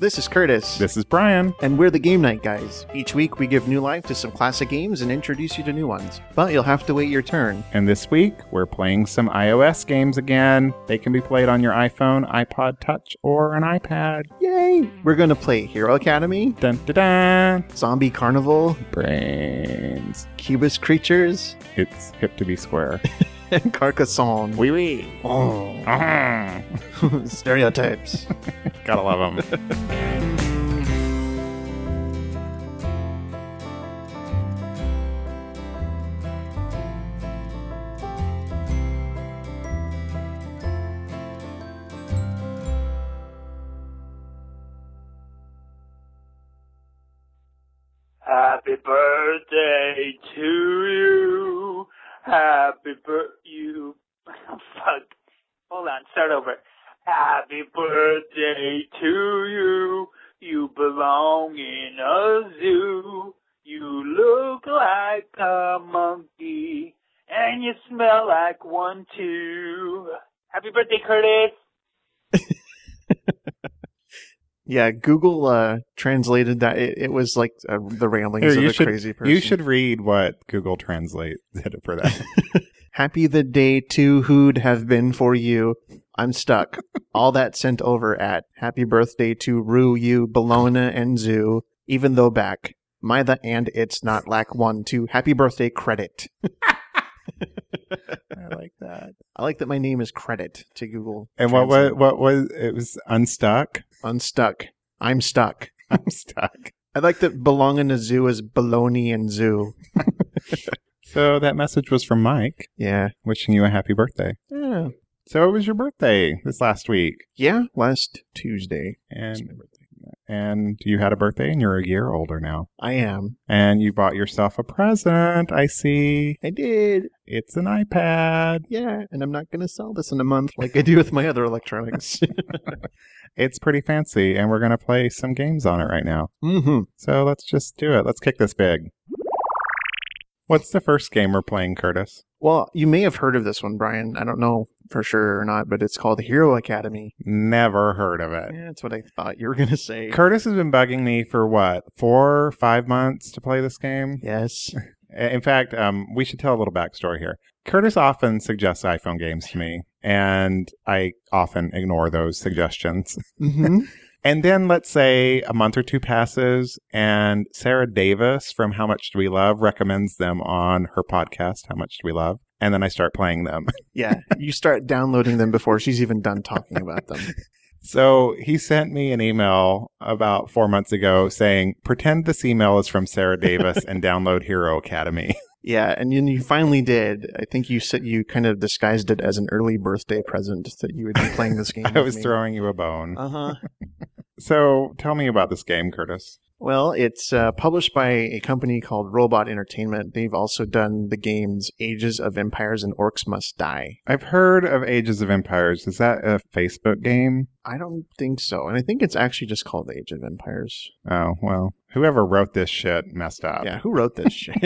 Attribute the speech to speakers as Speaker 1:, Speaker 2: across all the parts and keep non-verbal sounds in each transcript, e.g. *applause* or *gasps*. Speaker 1: This is Curtis.
Speaker 2: This is Brian.
Speaker 1: And we're the Game Night Guys. Each week, we give new life to some classic games and introduce you to new ones. But you'll have to wait your turn.
Speaker 2: And this week, we're playing some iOS games again. They can be played on your iPhone, iPod Touch, or an iPad.
Speaker 1: Yay! We're going to play Hero Academy,
Speaker 2: Dun dun dun!
Speaker 1: Zombie Carnival,
Speaker 2: Brains.
Speaker 1: Cubist Creatures, *laughs*
Speaker 2: It's hip to be square.
Speaker 1: and Carcassonne. *laughs*
Speaker 2: *laughs* Wee wee.
Speaker 1: oh,
Speaker 2: Gotta *laughs*
Speaker 1: stereotypes.
Speaker 2: love *laughs* them.
Speaker 3: Happy birthday to you. Happy bir you. *laughs* Oh, Fuck. Hold on. Start over. Happy birthday to you. You belong in a zoo. You look like a monkey, and you smell like one too. Happy birthday, Curtis.
Speaker 1: yeah, Google uh, translated that. It, it was like uh, the ramblings
Speaker 2: Here, you
Speaker 1: of a
Speaker 2: should-
Speaker 1: crazy person.
Speaker 2: You should read what Google Translate *laughs* did for that.
Speaker 1: Happy the day to who'd have been for you. I'm
Speaker 2: *laughs*
Speaker 1: stuck. All that sent over at happy birthday to Rue, you, Bologna, and Zoo, even though back. My the and it's not lack one to happy birthday credit.
Speaker 2: I like that.
Speaker 1: I like that my name is credit to Google.
Speaker 2: And what was,
Speaker 1: Translate.
Speaker 2: what was, it was unstuck? *laughs*
Speaker 1: Unstuck. I'm stuck.
Speaker 2: I'm stuck.
Speaker 1: I like that belong in a zoo is baloney and zoo.
Speaker 2: So that message was from Mike
Speaker 1: Yeah.
Speaker 2: wishing you a happy birthday.
Speaker 1: Yeah.
Speaker 2: So it was your birthday this last week.
Speaker 1: Yeah. Last Tuesday. was my
Speaker 2: And
Speaker 1: birthday.
Speaker 2: and you had a birthday and you're a year older now.
Speaker 1: I am.
Speaker 2: And you bought yourself a present. I see.
Speaker 1: I did.
Speaker 2: It's an iPad.
Speaker 1: Yeah. And I'm not going to sell this in a month like I do with my other electronics.
Speaker 2: It's pretty fancy and we're going to play some games on it right now.
Speaker 1: mm-hmm.
Speaker 2: So let's just do it. Let's kick this big. What's the first game we're playing, Curtis?
Speaker 1: Well, you may have heard of this one, Brian. I don't know for sure or not, but it's called Hero Academy.
Speaker 2: Never heard of it.
Speaker 1: Yeah, that's what I thought you were going to
Speaker 2: *laughs*
Speaker 1: say.
Speaker 2: Curtis has been bugging me for what, four, five months to play this game?
Speaker 1: yes.
Speaker 2: In fact, um, we should tell a little backstory here. Curtis often suggests iPhone games to me, and I often ignore those suggestions. *laughs*
Speaker 1: hmm
Speaker 2: And then let's say a month or two passes, and Sarah Davis from How Much Do We Love recommends them on her podcast, How Much Do We Love? And then I start playing them. *laughs*
Speaker 1: Yeah. You start downloading them before she's even done talking about them.
Speaker 2: So he sent me an email about four months ago saying, pretend this email is from Sarah Davis and download Hero Academy. *laughs*
Speaker 1: Yeah. And then you finally did. I think you said you kind of disguised it as an early birthday present that you would be playing
Speaker 2: *laughs*
Speaker 1: this game.
Speaker 2: I was throwing you a bone.
Speaker 1: Uh huh.
Speaker 2: So tell me about this game, Curtis.
Speaker 1: Well, it's uh, published by a company called Robot Entertainment. They've also done the games Ages of Empires and Orcs Must Die.
Speaker 2: I've heard of Ages of Empires. Is that a Facebook game?
Speaker 1: I don't think so. And I think it's actually just called Age of Empires.
Speaker 2: Oh, well, whoever wrote this shit messed up.
Speaker 1: Yeah, who wrote
Speaker 2: *laughs*
Speaker 1: this shit?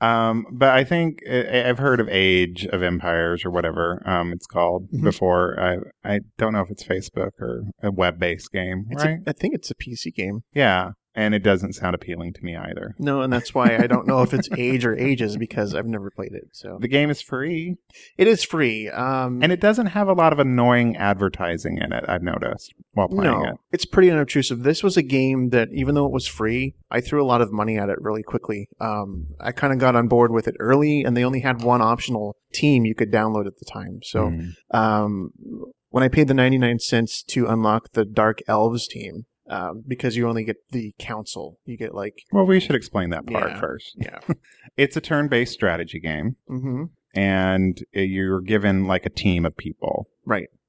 Speaker 2: Um, but I think I, I've heard of Age of Empires or whatever um, it's called
Speaker 1: Mhm.
Speaker 2: before. I I don't know if it's Facebook or a web-based game,
Speaker 1: It's a-
Speaker 2: right?
Speaker 1: I think it's a PC game.
Speaker 2: yeah, and it doesn't sound appealing to me either.
Speaker 1: No, and that's why I don't know if it's Age or Ages because I've never played it. So
Speaker 2: The game is free,
Speaker 1: it is free. Um,
Speaker 2: and it doesn't have a lot of annoying advertising in it. I've noticed while playing
Speaker 1: no,
Speaker 2: it.
Speaker 1: it's pretty unobtrusive. This was a game that even though it was free, I threw a lot of money at it really quickly. Um, I kind of got on board with it early, and they only had one optional team you could download at the time. So
Speaker 2: Mm.
Speaker 1: um, when I paid the 99 cents to unlock the Dark Elves team, um, because you only get the council. You get like,
Speaker 2: well, we should explain that part
Speaker 1: Yeah. *laughs*
Speaker 2: first.
Speaker 1: yeah.
Speaker 2: It's a turn-based strategy game,
Speaker 1: hmm
Speaker 2: and you're given like a team of people.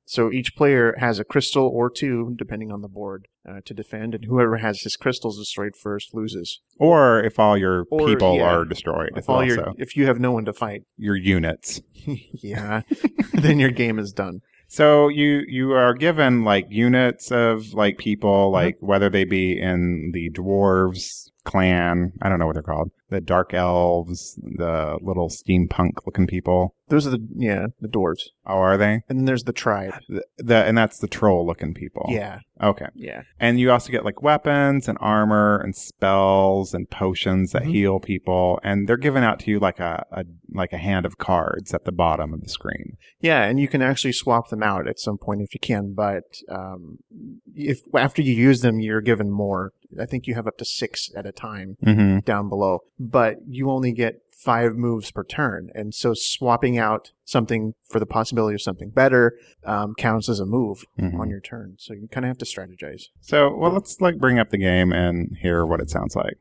Speaker 1: So each player has a crystal or two, depending on the board, uh, to defend, and whoever has his crystals destroyed first loses.
Speaker 2: Or if all your
Speaker 1: Or,
Speaker 2: people
Speaker 1: yeah.
Speaker 2: are destroyed,
Speaker 1: If
Speaker 2: if
Speaker 1: all
Speaker 2: also
Speaker 1: your,
Speaker 2: your,
Speaker 1: if you have no one to fight, *laughs*
Speaker 2: units.
Speaker 1: yeah, *laughs* then your game is done.
Speaker 2: So you you are
Speaker 1: Uh-huh.
Speaker 2: given like units of like people, like whether they be in the dwarves clan. I don't know what they're called. The dark elves, the little steampunk looking people.
Speaker 1: Those are the yeah the dwarves,
Speaker 2: Oh, are they?
Speaker 1: and then there's the tribe.
Speaker 2: The, the and that's the troll looking people.
Speaker 1: Yeah,
Speaker 2: Okay.
Speaker 1: yeah.
Speaker 2: And you also get like weapons and armor and spells and potions that
Speaker 1: Mhm.
Speaker 2: heal people, and they're given out to you like a, a like a hand of cards at the bottom of the screen.
Speaker 1: Yeah, and you can actually swap them out at some point if you can, but um, if after you use them, you're given more. I think you have up to six at a time
Speaker 2: Mm-hmm.
Speaker 1: down below, but you only get five moves per turn, and so swapping out something for the possibility of something better um, counts as a move on your turn. So you kind of have to strategize.
Speaker 2: Mm-hmm. So, well, let's like bring up the game and hear what it sounds like.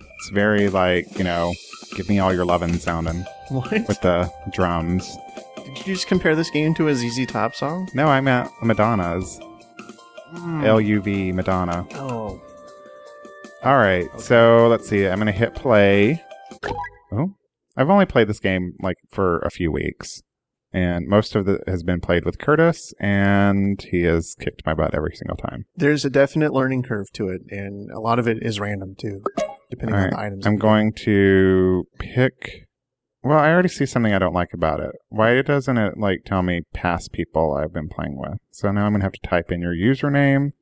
Speaker 2: It's very like you know, give me all your lovin' sounding
Speaker 1: What
Speaker 2: with the drums.
Speaker 1: did you just compare this game to a ZZ Top song?
Speaker 2: No, I'm at Madonna's
Speaker 1: Hmm.
Speaker 2: L U V Madonna.
Speaker 1: Oh,
Speaker 2: All right, so let's see. I'm gonna hit play. Oh, I've only played this game like for a few weeks, and most of it has been played with Curtis, and he has kicked my butt every single time.
Speaker 1: there's a definite learning curve to it, and a lot of it is random too, depending on
Speaker 2: Alright,
Speaker 1: the items.
Speaker 2: I'm going to pick. Well, I already see something I don't like about it. Why doesn't it like tell me past people I've been playing with? So now I'm gonna have to type in your username,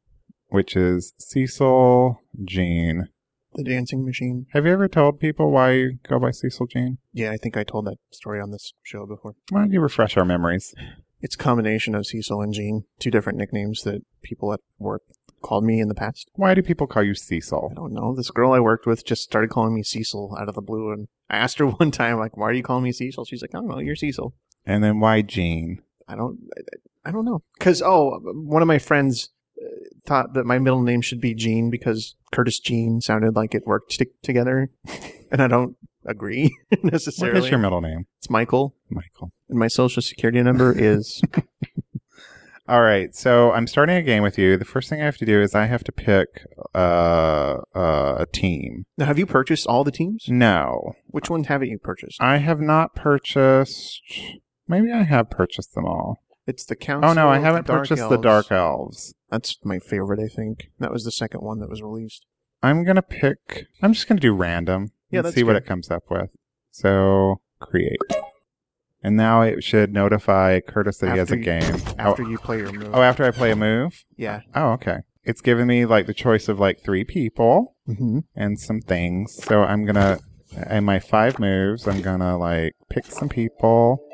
Speaker 2: which is Cecil Jean.
Speaker 1: the dancing machine.
Speaker 2: Have you ever told people why you go by Cecil Jean?
Speaker 1: Yeah, I think I told that story on this show before.
Speaker 2: Why don't you refresh our memories?
Speaker 1: It's a combination of Cecil and Jean, two different nicknames that people at work called me in the past.
Speaker 2: Why do people call you
Speaker 1: I
Speaker 2: Cecil?
Speaker 1: don't know. This girl I worked with just started calling me Cecil out of the blue, and I asked her *laughs* one time, like, "Why are you calling me Cecil?" She's like, "I don't know. You're Cecil."
Speaker 2: And then why Jean?
Speaker 1: I don't. I, I don't know. Because oh, one of my friends uh, thought that my middle name should be Gene because Curtis Gene sounded like it worked t- together, *laughs* and I don't agree *laughs*
Speaker 2: What
Speaker 1: necessarily.
Speaker 2: is your middle name?
Speaker 1: It's Michael,
Speaker 2: Michael.
Speaker 1: and my social security number is
Speaker 2: All right, so I'm starting a game with you. The first thing I have to do is I have to pick uh, uh, a team.
Speaker 1: Now, have you purchased all the teams?
Speaker 2: No,
Speaker 1: Which ones haven't you purchased?
Speaker 2: I have not purchased. Maybe I have purchased them all.
Speaker 1: It's the Council.
Speaker 2: Oh no, I
Speaker 1: the
Speaker 2: haven't
Speaker 1: Dark
Speaker 2: purchased the
Speaker 1: Elves.
Speaker 2: Dark Elves.
Speaker 1: That's my favorite, I think. That was the second one that was released.
Speaker 2: I'm gonna pick. I'm just gonna do random.
Speaker 1: Yeah,
Speaker 2: and
Speaker 1: that's
Speaker 2: see what
Speaker 1: good.
Speaker 2: it comes up with. So create, and now it should notify Curtis that he has
Speaker 1: After
Speaker 2: a
Speaker 1: you-
Speaker 2: game.
Speaker 1: After
Speaker 2: oh,
Speaker 1: you play your move.
Speaker 2: oh, after I play a move.
Speaker 1: yeah.
Speaker 2: Oh, okay. It's giving me like the choice of like three people
Speaker 1: Mm-hmm.
Speaker 2: and some things. So I'm gonna in my five moves. I'm gonna like pick some people.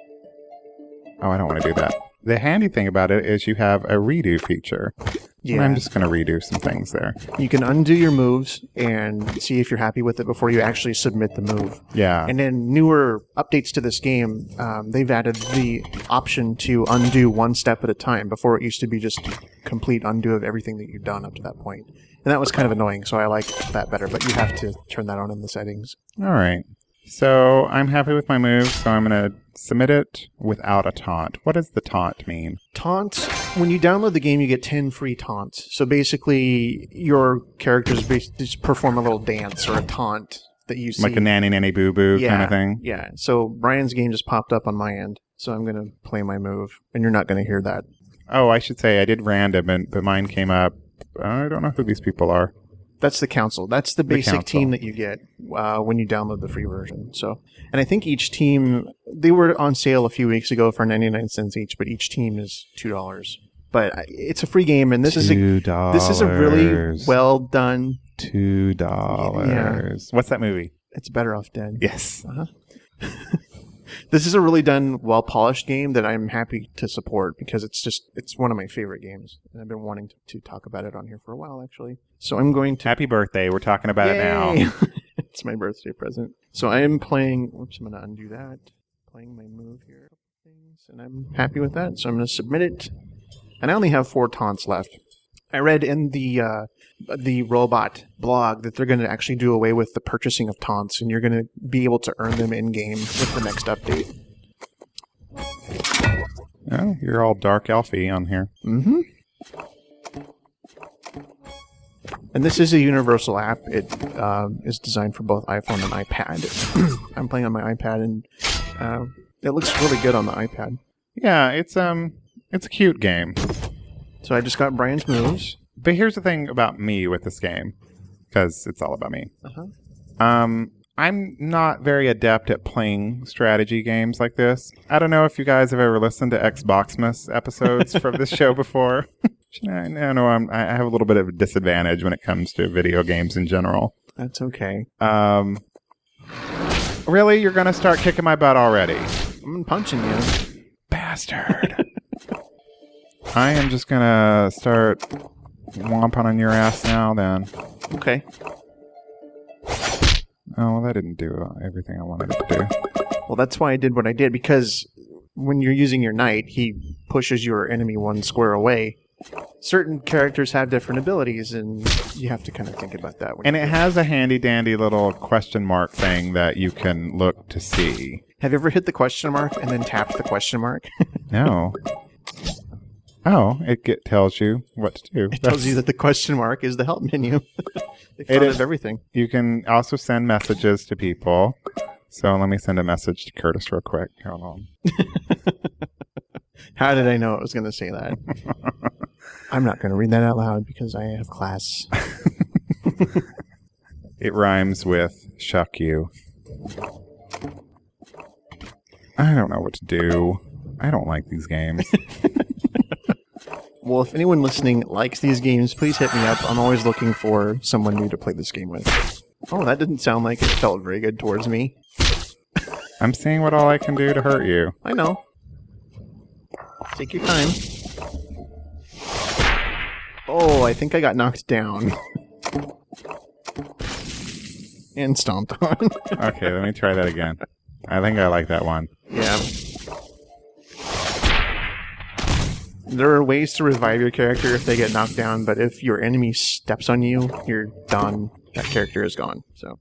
Speaker 2: Oh, I don't want to do that. The handy thing about it is you have a redo feature. And
Speaker 1: Yeah.
Speaker 2: I'm just going to redo some things there.
Speaker 1: You can undo your moves and see if you're happy with it before you actually submit the move.
Speaker 2: Yeah.
Speaker 1: And then newer updates to this game, um, they've added the option to undo one step at a time. Before it used to be just complete undo of everything that you've done up to that point. And that was kind of annoying, so I like that better. But you have to turn that on in the settings.
Speaker 2: All right. So I'm happy with my move, so I'm going to submit it without a taunt. What does the taunt mean?
Speaker 1: Taunts. When you download the game, you get ten free taunts. So basically, your characters bas- just perform a little dance or a taunt that you see.
Speaker 2: Like a nanny nanny boo boo kind of thing?
Speaker 1: Yeah. So Brian's game just popped up on my end, so I'm gonna play my move, and you're not gonna hear that.
Speaker 2: Oh, I should say I did random, and, but mine came up. I don't know who these people are.
Speaker 1: That's the council. That's the basic
Speaker 2: council.
Speaker 1: team that you get uh, when you download the free version. So, and I think each team they were on sale a few weeks ago for 99 cents each, but each team is two dollars. But I- it's a free game, and this is a
Speaker 2: $2.
Speaker 1: this is a really well done.
Speaker 2: $2. What's that movie?
Speaker 1: It's better off dead.
Speaker 2: Yes.
Speaker 1: This is a really done, well polished game that I'm happy to support because it's just it's one of my favorite games, and I've been wanting to, to talk about it on here for a while actually. So I'm going to
Speaker 2: Happy birthday. We're talking about it now.
Speaker 1: Yay! *laughs* it's my birthday present. So I am playing. Oops, I'm gonna undo that. Playing my move here, things, and I'm happy with that. So I'm gonna submit it, and I only have four taunts left. I read in the uh, the robot blog that they're going to actually do away with the purchasing of taunts, and you're going to be able to earn them in game with the next update.
Speaker 2: Oh, you're all dark elfy on here.
Speaker 1: Mm-hmm. And this is a universal app. It um, is designed for both iPhone and iPad. *clears throat* I'm playing on my iPad, and uh, it looks really good on the iPad.
Speaker 2: Yeah, it's um, it's a cute game.
Speaker 1: So I just got Brian's moves.
Speaker 2: But here's the thing about me with this game. because it's all about me.
Speaker 1: Uh-huh.
Speaker 2: Um, I'm not very adept at playing strategy games like this. I don't know if you guys have ever listened to Xboxmas episodes from this show before. *laughs* I know I'm, I have a little bit of a disadvantage when it comes to video games in general.
Speaker 1: That's okay.
Speaker 2: Um, really, you're gonna start kicking my butt already,
Speaker 1: I'm punching you.
Speaker 2: bastard! I am just gonna start womping on your ass now. Then,
Speaker 1: Okay.
Speaker 2: oh, well, that didn't do everything I wanted it to do.
Speaker 1: Well, that's why I did what I did because when you're using your knight, he pushes your enemy one square away. Certain characters have different abilities, and you have to kind of think about that. When
Speaker 2: And it has a handy dandy little question mark thing that you can look to see.
Speaker 1: have you ever hit the question mark and then tapped the question mark?
Speaker 2: No. Oh, it get, tells you what to do.
Speaker 1: It tells you that the question mark is the help *laughs* menu. they
Speaker 2: It
Speaker 1: found
Speaker 2: is-
Speaker 1: out everything.
Speaker 2: You can also send messages to people. So let me send a message to Curtis real quick. Hold on.
Speaker 1: How did I know it was going to say that? *laughs* I'm not going to read that out loud because I have class.
Speaker 2: It rhymes with shuck you. I don't know what to do. I don't like these games.
Speaker 1: *laughs* Well, if anyone listening likes these games, please hit me up. I'm always looking for someone new to play this game with. Oh, that didn't sound like it felt very good towards me.
Speaker 2: I'm seeing what all I can do to hurt you.
Speaker 1: I know. Take your time. Oh, I think I got knocked down. *laughs* and stomped on.
Speaker 2: Okay, let me try that again. I think I like that one.
Speaker 1: yeah. There are ways to revive your character if they get knocked down, but if your enemy steps on you, you're done. That character is gone. So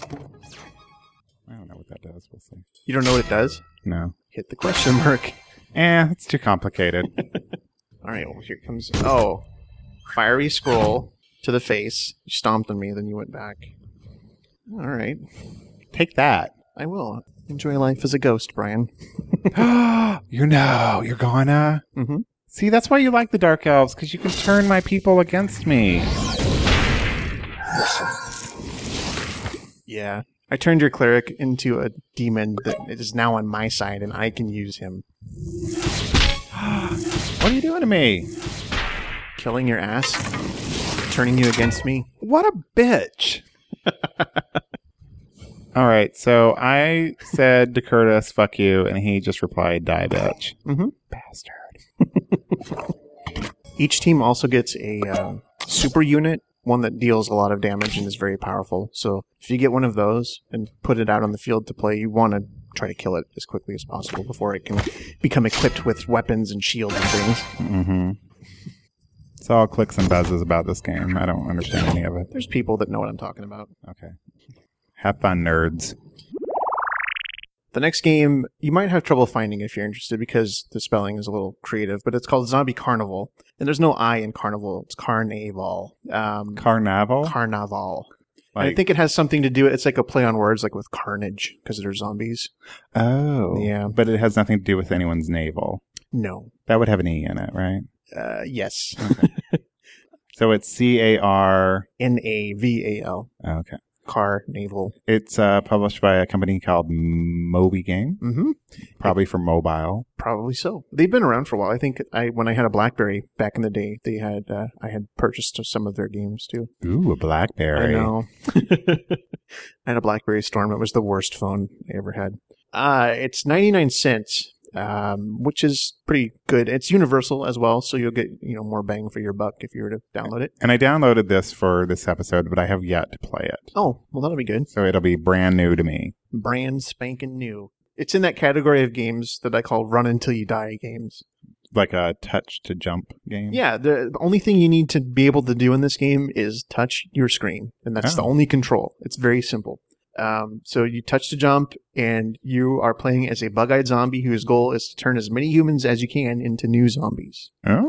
Speaker 2: I don't know what that does. We'll see.
Speaker 1: you don't know what it does?
Speaker 2: No.
Speaker 1: Hit the question *laughs* mark.
Speaker 2: Eh, it's too complicated. *gasps*
Speaker 1: All right, well, here comes. Oh, fiery scroll to the face. You stomped on me, then you went back. All right,
Speaker 2: Take that.
Speaker 1: I will enjoy life as a ghost, Brian.
Speaker 2: you know, you're gonna.
Speaker 1: Mm-hmm.
Speaker 2: See, that's why you like the Dark Elves, because you can turn my people against me.
Speaker 1: Yeah, I turned your cleric into a demon that is now on my side, and I can use him.
Speaker 2: What are you doing to me?
Speaker 1: Killing your ass, turning you against me.
Speaker 2: What a bitch. All right, so I said to Curtis, fuck you, and he just replied, die, bitch.
Speaker 1: Mhm.
Speaker 2: Bastard.
Speaker 1: Each team also gets a uh, super unit, one that deals a lot of damage and is very powerful. So if you get one of those and put it out on the field to play, you want to try to kill it as quickly as possible before it can become equipped with weapons and shields and things.
Speaker 2: Mm-hmm. It's all clicks and buzzes about this game. I don't understand any of it.
Speaker 1: There's people that know what I'm talking about.
Speaker 2: Okay. Have fun, nerds.
Speaker 1: The next game you might have trouble finding if you're interested because the spelling is a little creative, but it's called Zombie Carnival. And there's no I in Carnival. It's Carnaval. Um,
Speaker 2: Carnival?
Speaker 1: Carnaval. And I
Speaker 2: Like-
Speaker 1: think it has something to do. It's like a play on words, like with carnage, because they're zombies.
Speaker 2: Oh.
Speaker 1: Yeah.
Speaker 2: But it has nothing to do with anyone's navel.
Speaker 1: No.
Speaker 2: That would have an E in it, right?
Speaker 1: Uh, yes.
Speaker 2: So it's C A R.
Speaker 1: *laughs* N A V A L.
Speaker 2: Okay.
Speaker 1: Car naval.
Speaker 2: It's uh, published by a company called Moby Game,
Speaker 1: Mm-hmm.
Speaker 2: probably for mobile.
Speaker 1: Probably so. They've been around for a while. I think I when I had a BlackBerry back in the day, they had uh, I had purchased some of their games too.
Speaker 2: Ooh, a Blackberry.
Speaker 1: I know. I had a BlackBerry Storm. It was the worst phone I ever had. Uh, it's 99 cents, um, which is pretty good. It's universal as well, so you'll get you know more bang for your buck if you were to download it.
Speaker 2: And I downloaded this for this episode, but I have yet to play it.
Speaker 1: Oh, well, that'll be good.
Speaker 2: So it'll be brand new to me.
Speaker 1: Brand spanking new. It's in that category of games that I call run until you die games.
Speaker 2: Like a touch to jump game.
Speaker 1: Yeah, the the only thing you need to be able to do in this game is touch your screen, and that's the
Speaker 2: Oh.
Speaker 1: only control. It's very simple. Um, so you touch to jump, and you are playing as a bug-eyed zombie whose goal is to turn as many humans as you can into new zombies.
Speaker 2: Oh.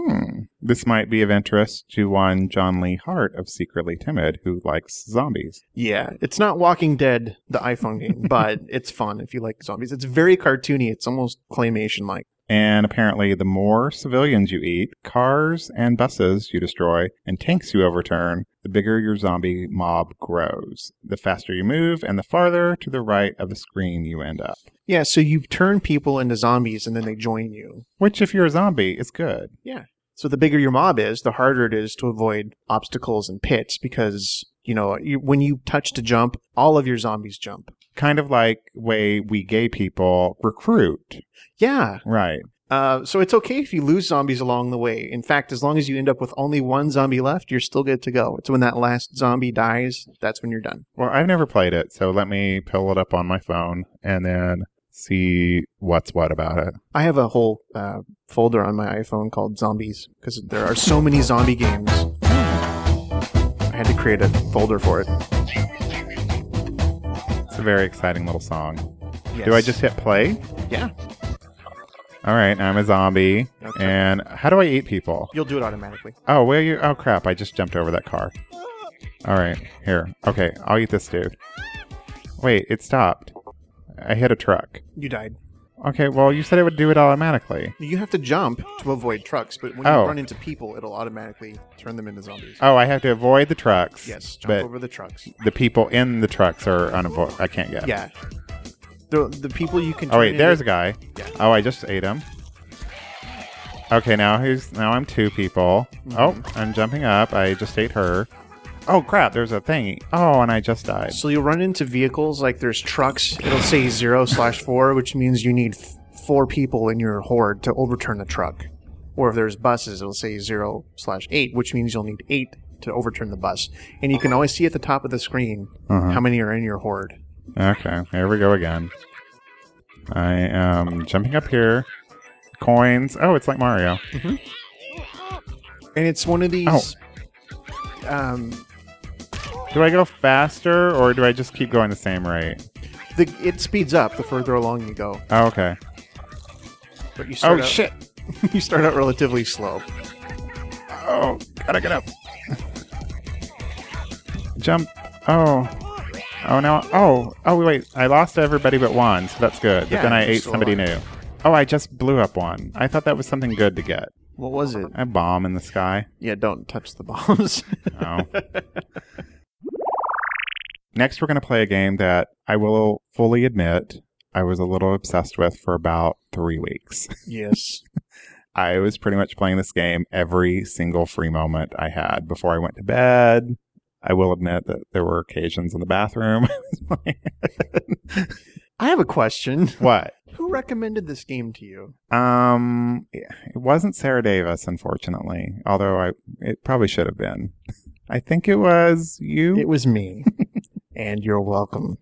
Speaker 2: This might be of interest to one John Lee Hart of Secretly Timid who likes zombies.
Speaker 1: Yeah, it's not Walking Dead, the iPhone game, but it's fun if you like zombies. It's very cartoony. It's almost claymation-like.
Speaker 2: And apparently, the more civilians you eat, cars and buses you destroy, and tanks you overturn, the bigger your zombie mob grows. The faster you move, and the farther to the right of the screen you end up.
Speaker 1: Yeah, so you turn people into zombies and then they join you.
Speaker 2: Which, if you're a zombie, is good.
Speaker 1: So the bigger your mob is, the harder it is to avoid obstacles and pits because, you know, you, when you touch to jump, all of your zombies jump.
Speaker 2: Kind of like way we gay people recruit.
Speaker 1: Yeah.
Speaker 2: Right.
Speaker 1: Uh, so it's okay if you lose zombies along the way. In fact, as long as you end up with only one zombie left, you're still good to go. It's when that last zombie dies, that's when you're done.
Speaker 2: Well, I've never played it, so let me pull it up on my phone and then see what's what about it.
Speaker 1: I have a whole uh, folder on my iPhone called Zombies because there are so many zombie games. I had to create a folder for it.
Speaker 2: It's a very exciting little song.
Speaker 1: Yes.
Speaker 2: Do I just hit play?
Speaker 1: Yeah.
Speaker 2: All right, I'm a zombie.
Speaker 1: Okay.
Speaker 2: And how do I eat people?
Speaker 1: You'll do it automatically.
Speaker 2: Oh, will you? Oh, crap. I just jumped over that car. All right, here. Okay, I'll eat this dude. Wait, it stopped. I hit a truck.
Speaker 1: You died.
Speaker 2: Okay, well, you said it would do it automatically.
Speaker 1: You have to jump to avoid trucks, but when
Speaker 2: Oh.
Speaker 1: you run into people, it'll automatically turn them into zombies.
Speaker 2: Oh, I have to avoid the trucks.
Speaker 1: yes, jump
Speaker 2: but
Speaker 1: over the trucks.
Speaker 2: the people in the trucks are unavoidable. I can't get.
Speaker 1: Yeah. The, the people you can.
Speaker 2: Oh wait,
Speaker 1: turn
Speaker 2: there's a
Speaker 1: into-
Speaker 2: guy.
Speaker 1: Yeah.
Speaker 2: Oh, I just ate him. Okay, now who's now I'm two people. Oh, I'm jumping up. I just ate her. Oh crap, there's a thingy. Oh, and I just died.
Speaker 1: So you'll run into vehicles like there's trucks. It'll say zero slash four, which means you need f- four people in your horde to overturn the truck. Or if there's buses, it'll say zero slash eight, which means you'll need eight to overturn the bus. And you can always see at the top of the screen
Speaker 2: Uh-huh.
Speaker 1: how many are in your horde.
Speaker 2: Okay, here we go again. I am jumping up here. Coins. Oh, it's like Mario.
Speaker 1: And it's one of these.
Speaker 2: Oh.
Speaker 1: Um,
Speaker 2: Do I go faster or do I just keep going the same rate?
Speaker 1: the, it speeds up the further along you go.
Speaker 2: Oh, okay.
Speaker 1: But you
Speaker 2: Oh
Speaker 1: start out,
Speaker 2: shit.
Speaker 1: *laughs* you start out relatively slow.
Speaker 2: Oh, gotta get up. Jump. Oh. Oh, now. Oh, oh, wait. I lost everybody but one, so that's good. But
Speaker 1: Yeah,
Speaker 2: then I
Speaker 1: you're
Speaker 2: ate
Speaker 1: still
Speaker 2: somebody new. Oh, I just blew up one. I thought that was something good to get.
Speaker 1: What was it?
Speaker 2: A bomb in the sky.
Speaker 1: Yeah, don't touch the
Speaker 2: *laughs*
Speaker 1: bombs.
Speaker 2: Oh. Next, we're going to play a game that I will fully admit I was a little obsessed with for about three weeks.
Speaker 1: yes.
Speaker 2: I was pretty much playing this game every single free moment I had before I went to bed. I will admit that there were occasions in the bathroom. *laughs* I was playing.
Speaker 1: I have a question.
Speaker 2: what?
Speaker 1: Who recommended this game to you?
Speaker 2: Um, it wasn't Sarah Davis, unfortunately. Although I, it probably should have been. I think it was you.
Speaker 1: It was me.
Speaker 2: *laughs*
Speaker 1: and you're welcome.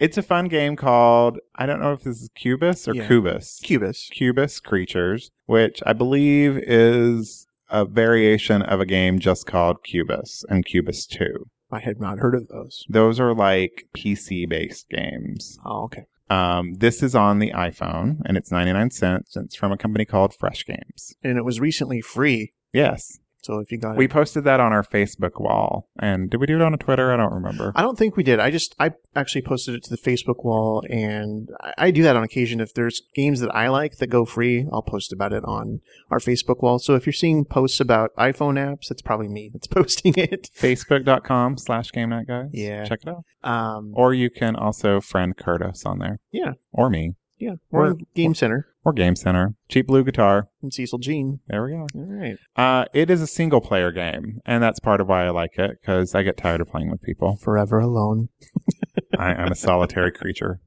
Speaker 2: it's a fun game called I don't know if this is Cubus or
Speaker 1: Yeah.
Speaker 2: Cubus.
Speaker 1: Cubus.
Speaker 2: Cubus Creatures, which I believe is a variation of a game just called Cubus and Cubus 2.
Speaker 1: I had not heard of those.
Speaker 2: Those are like PC based games.
Speaker 1: Oh, okay.
Speaker 2: Um, this is on the iPhone and it's 99 cents. It's from a company called Fresh Games.
Speaker 1: And it was recently free.
Speaker 2: Yes.
Speaker 1: So if you got
Speaker 2: We
Speaker 1: it.
Speaker 2: posted that on our Facebook wall. And did we do it on a Twitter? I don't remember.
Speaker 1: I don't think we did. I just, I actually posted it to the Facebook wall, and I, I do that on occasion. If there's games that I like that go free, I'll post about it on our Facebook wall. So if you're seeing posts about iPhone apps, it's probably me that's *laughs* posting it.
Speaker 2: Facebook.com slash game night guys.
Speaker 1: Yeah.
Speaker 2: Check it out.
Speaker 1: Um,
Speaker 2: Or you can also friend Curtis on there.
Speaker 1: Yeah.
Speaker 2: Or me.
Speaker 1: yeah. We're
Speaker 2: or-
Speaker 1: in Game Center
Speaker 2: Or Game Center. Cheap Blue Guitar.
Speaker 1: and Cecil Jean.
Speaker 2: There we go.
Speaker 1: All right.
Speaker 2: Uh, it is a single player game. And that's part of why I like it because I get tired of playing with people.
Speaker 1: Forever alone.
Speaker 2: I, I'm a solitary creature.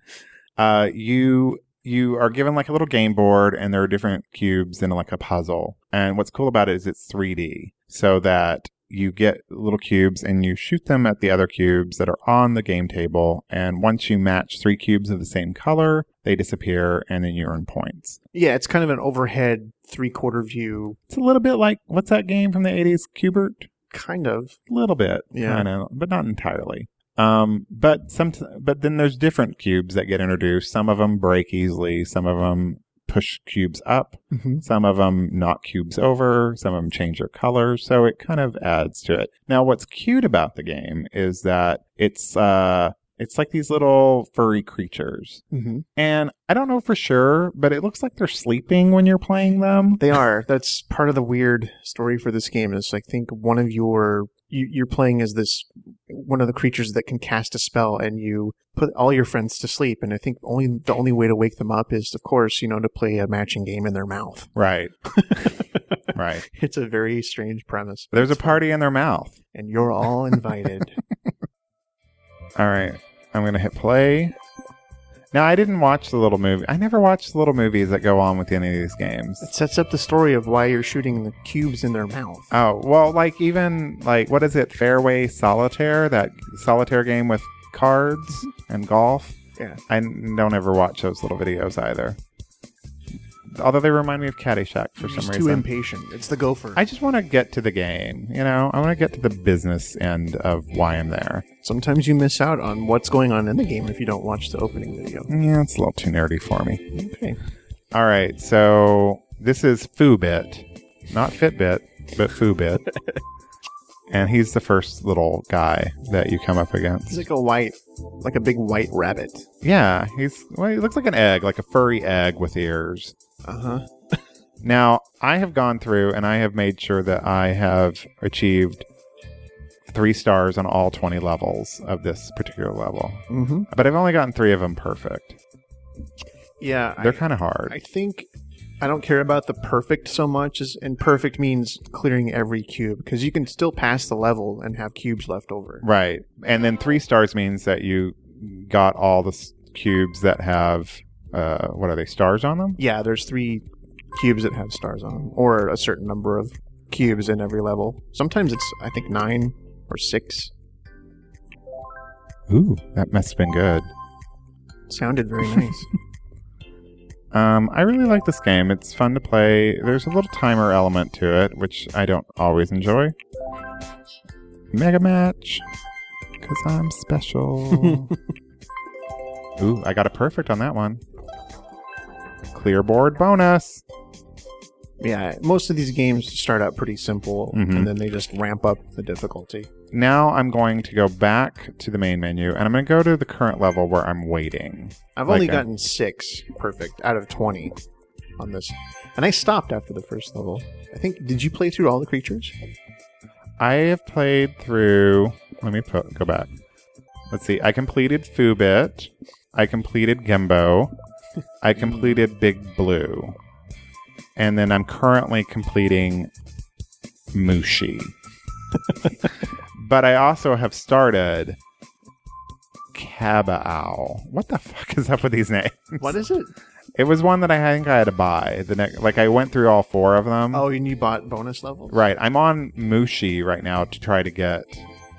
Speaker 2: Uh, you you are given like a little game board, and there are different cubes in like a puzzle. And what's cool about it is it's 3D, so that you get little cubes and you shoot them at the other cubes that are on the game table. And once you match three cubes of the same color, they disappear, and then you earn points.
Speaker 1: Yeah, it's kind of an overhead three quarter view,
Speaker 2: It's a little bit like what's that game from the 80s, Cubert?
Speaker 1: kind of.
Speaker 2: little bit,
Speaker 1: Yeah.
Speaker 2: kind of, but not entirely. Um, but some, but then there's different cubes that get introduced. Some of them break easily. Some of them push cubes up.
Speaker 1: Mm-hmm.
Speaker 2: Some of them knock cubes over. Some of them change their color. So it kind of adds to it. Now, what's cute about the game is that it's uh, It's like these little furry creatures.
Speaker 1: Mm-hmm.
Speaker 2: And I don't know for sure, but it looks like they're sleeping when you're playing them.
Speaker 1: They are. That's part of the weird story for this game. Is I think one of your you, you're playing as this one of the creatures that can cast a spell, and you put all your friends to sleep. And I think only the only way to wake them up is, of course, you know, to play a matching game in their mouth. *laughs*
Speaker 2: Right. right.
Speaker 1: It's a very strange premise,
Speaker 2: There's a party in their mouth.
Speaker 1: and you're all
Speaker 2: *laughs*
Speaker 1: invited.
Speaker 2: All right, I'm gonna hit play. Now I didn't watch the little movie. I never watched the little movies that go on with any of these games.
Speaker 1: it sets up the story of why you're shooting the cubes in their mouth.
Speaker 2: Oh well, like even like what is it? Fairway Solitaire, that solitaire game with cards and golf.
Speaker 1: Yeah.
Speaker 2: I n- don't ever watch those little videos either. Although they remind me of Caddyshack for
Speaker 1: He's
Speaker 2: some
Speaker 1: too
Speaker 2: reason.
Speaker 1: impatient. It's the gopher.
Speaker 2: I just want to get to the game. You know, I want to get to the business end of why I'm there.
Speaker 1: Sometimes you miss out on what's going on in the game if you don't watch the opening video.
Speaker 2: Yeah, it's a little too nerdy for me.
Speaker 1: Okay.
Speaker 2: All right, so this is Foobit, not Fitbit, but Foobit, and he's the first little guy that you come up against.
Speaker 1: He's like a white, like a big white rabbit.
Speaker 2: yeah, he's well, he looks like an egg, like a furry egg with ears.
Speaker 1: Uh huh.
Speaker 2: Now, I have gone through and I have made sure that I have achieved three stars on all 20 levels of this particular level,
Speaker 1: Mm-hmm.
Speaker 2: but I've only gotten three of them perfect.
Speaker 1: Yeah.
Speaker 2: They're
Speaker 1: I,
Speaker 2: kind of hard.
Speaker 1: I think I don't care about the perfect so much, as, and perfect means clearing every cube because you can still pass the level and have cubes left over.
Speaker 2: Right. And then three stars means that you got all the s- cubes that have, uh, what are they, stars on them?
Speaker 1: Yeah, there's three cubes that have stars on them, or a certain number of cubes in every level. Sometimes it's I think nine or six.
Speaker 2: Ooh, that must have been good.
Speaker 1: Sounded very nice.
Speaker 2: Um, I really like this game. It's fun to play. There's a little timer element to it, which I don't always enjoy. Mega Match, because I'm special. Ooh, I got a perfect on that one. Clear board bonus.
Speaker 1: yeah, most of these games start out pretty simple,
Speaker 2: Mhm.
Speaker 1: and then they just ramp up the difficulty.
Speaker 2: Now I'm going to go back to the main menu and I'm going to go to the current level where I'm waiting.
Speaker 1: I've
Speaker 2: Like
Speaker 1: only
Speaker 2: a-
Speaker 1: gotten six perfect out of twenty on this, and I stopped after the first level. I think. Did you play through all the
Speaker 2: *laughs*
Speaker 1: creatures?
Speaker 2: I have played through. Let me put, go back. Let's see. I completed Foobit. I completed Gembo. I completed Big Blue. And then I'm currently completing Mushi. but I also have started Cabal. What the fuck is up with these names?
Speaker 1: What is it?
Speaker 2: It was one that I think I had to buy. The next, like I went through all four of them.
Speaker 1: Oh, and you bought bonus levels.
Speaker 2: Hmm? Right. I'm on Mushi right now to try to get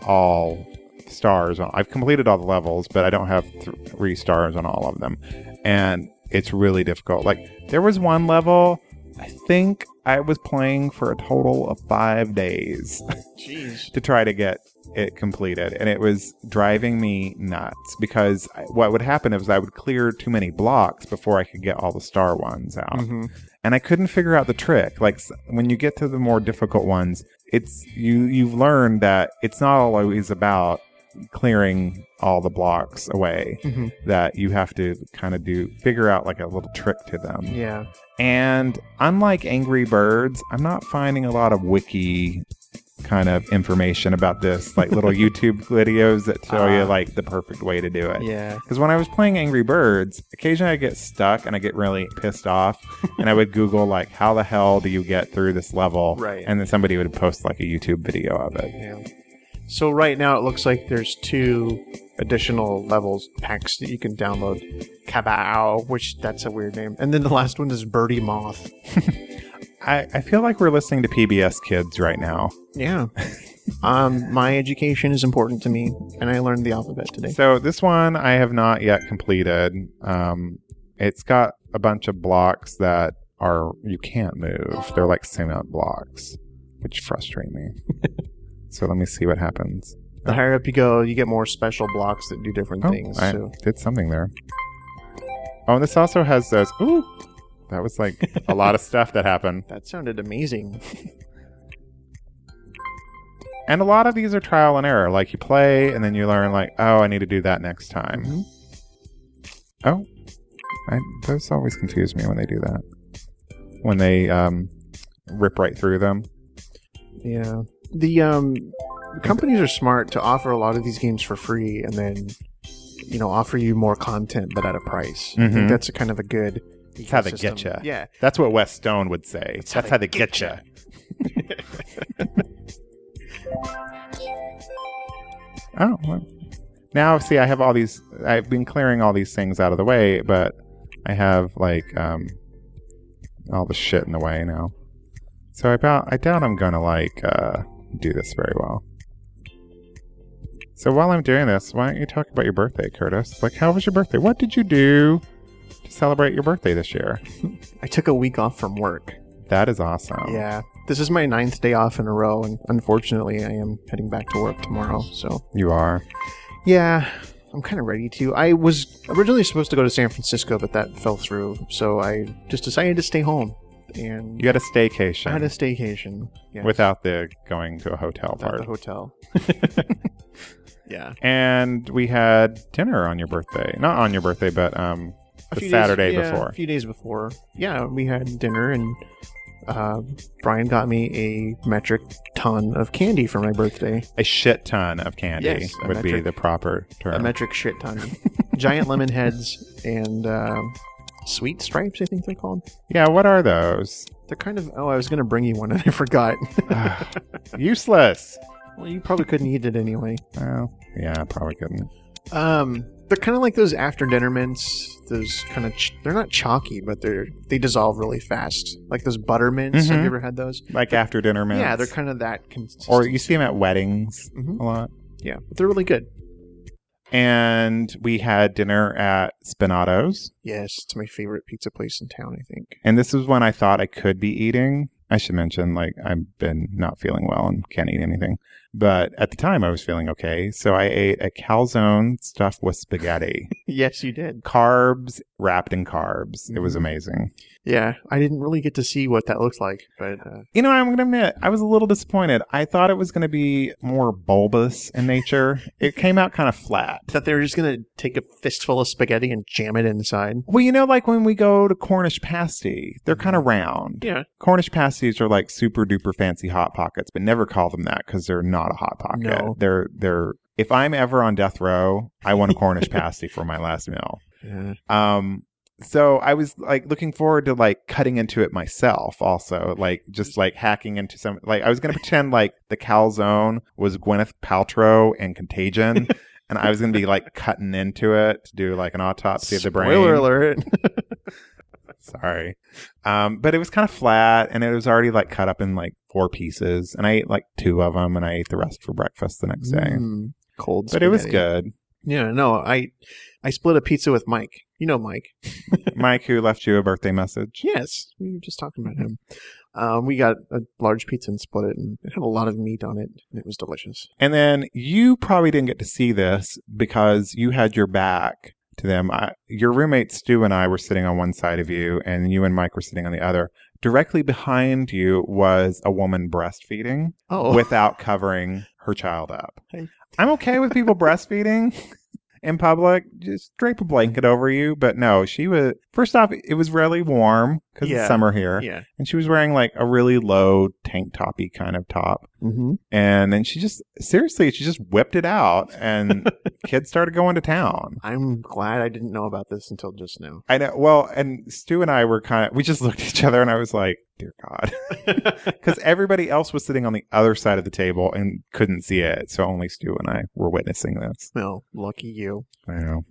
Speaker 2: all stars. On, I've completed all the levels, but I don't have th- three stars on all of them. And it's really difficult. Like, there was one level, I think I was playing for a total of five days *laughs*
Speaker 1: Jeez.
Speaker 2: to try to get it completed. And it was driving me nuts because I- what would happen is I would clear too many blocks before I could get all the star ones out
Speaker 1: hmm
Speaker 2: and I couldn't figure out the trick. Like s- when you get to the more difficult ones, it's you you've learned that it's not always about clearing all the blocks away.
Speaker 1: Mhm.
Speaker 2: That you have to kind of do figure out like a little trick to them.
Speaker 1: Yeah.
Speaker 2: And unlike Angry Birds, I'm not finding a lot of wiki kind of information about this, like little YouTube videos that tell you
Speaker 1: Ah.
Speaker 2: like the perfect way to do it.
Speaker 1: Yeah.
Speaker 2: Because when I was playing Angry Birds, occasionally I get stuck and I get really pissed off, and I would Google like, "How the hell do you get through this level?"
Speaker 1: Right.
Speaker 2: And then somebody would post like a YouTube video of it.
Speaker 1: Yeah. So right now it looks like there's two additional levels packs that you can download. Cabal, which that's a weird name, and then the last one is Birdie Moth.
Speaker 2: I, I feel like we're listening to PBS Kids right now.
Speaker 1: Yeah.
Speaker 2: *laughs*
Speaker 1: um, my education is important to me, and I learned the alphabet today.
Speaker 2: So this one I have not yet completed. Um, it's got a bunch of blocks that are you can't move. They're like cement blocks, which frustrate me. so let me see what happens.
Speaker 1: The higher up you go, you get more special blocks that do different things.
Speaker 2: Oh, I
Speaker 1: so
Speaker 2: did something there. Oh, and this also has those. Ooh, that was like
Speaker 1: *laughs*
Speaker 2: a lot of stuff that happened.
Speaker 1: that sounded amazing.
Speaker 2: And a lot of these are trial and error. Like you play and then you learn, like, oh, I need to do that next time.
Speaker 1: Mhm.
Speaker 2: Oh, I, those always confuse me when they do that. When they um, rip right through them.
Speaker 1: Yeah. The um companies are smart to offer a lot of these games for free and then you know offer you more content but at a price. I
Speaker 2: Mhm.
Speaker 1: think that's a kind of a good
Speaker 2: That's how they
Speaker 1: system.
Speaker 2: get you.
Speaker 1: Yeah.
Speaker 2: That's what Wes Stone would say. That's,
Speaker 1: how
Speaker 2: how they get you. *laughs* oh, well. now see, I have all these. I've been clearing all these things out of the way, but I have like um, all the shit in the way now. So I about I doubt I'm gonna like uh, do this very well. So while I'm doing this, why don't you talk about your birthday, Curtis? Like, how was your birthday? What did you do to celebrate your birthday this year?
Speaker 1: I took a week off from work.
Speaker 2: That is awesome.
Speaker 1: Yeah. This is my ninth day off in a row and unfortunately I am heading back to work tomorrow, so
Speaker 2: You are.
Speaker 1: Yeah, I'm kind of ready to. I was originally supposed to go to San Francisco, but that fell through. So I just decided to stay home. And
Speaker 2: You got a staycation
Speaker 1: I had a staycation. Yeah,
Speaker 2: without the going to a hotel
Speaker 1: at
Speaker 2: part.
Speaker 1: the
Speaker 2: *laughs*
Speaker 1: hotel. yeah.
Speaker 2: and we had dinner on your birthday. Not on your birthday, but um the
Speaker 1: few days-
Speaker 2: Saturday
Speaker 1: yeah,
Speaker 2: before.
Speaker 1: A few days before. Yeah, we had dinner and. Uh, Brian got me a metric ton of candy for my birthday.
Speaker 2: A shit ton of candy
Speaker 1: Yes, a
Speaker 2: would be
Speaker 1: metric-
Speaker 2: the proper
Speaker 1: A
Speaker 2: term.
Speaker 1: metric shit
Speaker 2: *laughs*
Speaker 1: ton. Giant lemon heads and uh, sweet stripes, I think they're called.
Speaker 2: yeah, what are those?
Speaker 1: They're kind of. Oh, I was going to bring you one and I forgot.
Speaker 2: Ah,
Speaker 1: *laughs*
Speaker 2: Useless.
Speaker 1: Well, you probably couldn't eat it anyway.
Speaker 2: Well, yeah, probably couldn't.
Speaker 1: Um, they're kind of like those after dinner mints. Those kind of ch- they're not chalky, but they're they dissolve really fast. Like those butter mints. Have
Speaker 2: Mhm.
Speaker 1: you ever had those?
Speaker 2: Like after dinner mints.
Speaker 1: Yeah, they're kind of that consistent.
Speaker 2: or you see them at weddings
Speaker 1: Mhm.
Speaker 2: a lot.
Speaker 1: yeah, but they're really good.
Speaker 2: And we had dinner at Spinato's.
Speaker 1: Yes, it's my favorite pizza place in town. I think.
Speaker 2: And this is when I thought I could be eating. I should mention, like, I've been not feeling well and can't eat anything. But at the time, I was feeling okay. So I ate a calzone stuffed with spaghetti,
Speaker 1: yes, you did.
Speaker 2: carbs wrapped in carbs. It was
Speaker 1: Mhm.
Speaker 2: amazing.
Speaker 1: Yeah, I didn't really get to see what that looked like, but uh,
Speaker 2: You know, I'm going to admit, I was a little disappointed. I thought it was going to be more bulbous in nature. it came out kind of flat.
Speaker 1: I thought they were just gonna take a fistful of spaghetti and jam it inside.
Speaker 2: Well, you know, like when we go to Cornish pasty, they're kind of round.
Speaker 1: Mm-hmm. Yeah.
Speaker 2: Cornish pasties are like super duper fancy hot pockets, but never call them that because they're not a hot pocket.
Speaker 1: No.
Speaker 2: They're they're if I'm ever on death row, I want a
Speaker 1: *laughs*
Speaker 2: Cornish pasty for my last meal.
Speaker 1: Yeah.
Speaker 2: Um so I was like looking forward to like cutting into it myself also, like just like hacking into some like I was gonna pretend like the calzone was Gwyneth Paltrow and Contagion.
Speaker 1: *laughs*
Speaker 2: And I was gonna be like cutting into it to do like an autopsy of the brain.
Speaker 1: Spoiler *laughs* alert.
Speaker 2: Sorry. Um, but it was kind of flat and it was already like cut up in like four pieces. And I ate like two of them and I ate the rest for breakfast the next day.
Speaker 1: Mm, cold.
Speaker 2: But it was
Speaker 1: spaghetti.
Speaker 2: good.
Speaker 1: Yeah, no, I I split a pizza with Mike. You know Mike. *laughs*
Speaker 2: Mike, who left you a birthday message.
Speaker 1: Yes, we were just talking about him. Um, we got a large pizza and split it, and it had a lot of meat on it, and it was delicious.
Speaker 2: And then you probably didn't get to see this because you had your back to them. I, your roommate Stu and I were sitting on one side of you, and you and Mike were sitting on the other. Directly behind you was a woman breastfeeding
Speaker 1: Oh,
Speaker 2: without covering her child up.
Speaker 1: Hey.
Speaker 2: I'm okay with
Speaker 1: *laughs*
Speaker 2: people breastfeeding in public. Just drape a blanket over you. But no, she was, first off, it was really warm because
Speaker 1: Yeah.
Speaker 2: it's summer here.
Speaker 1: yeah.
Speaker 2: And she was wearing like a really low tank toppy kind of top.
Speaker 1: Mm-hmm.
Speaker 2: And then she just, seriously, she just whipped it out
Speaker 1: *laughs*
Speaker 2: and kids started going to town.
Speaker 1: I'm glad I didn't know about this until just now.
Speaker 2: I know. Well, and Stu and I were kind of, we just looked at each other and I was like, dear
Speaker 1: *laughs*
Speaker 2: God. Because everybody else was sitting on the other side of the table and couldn't see it. So only Stu and I were witnessing this.
Speaker 1: Well, lucky you.
Speaker 2: I know.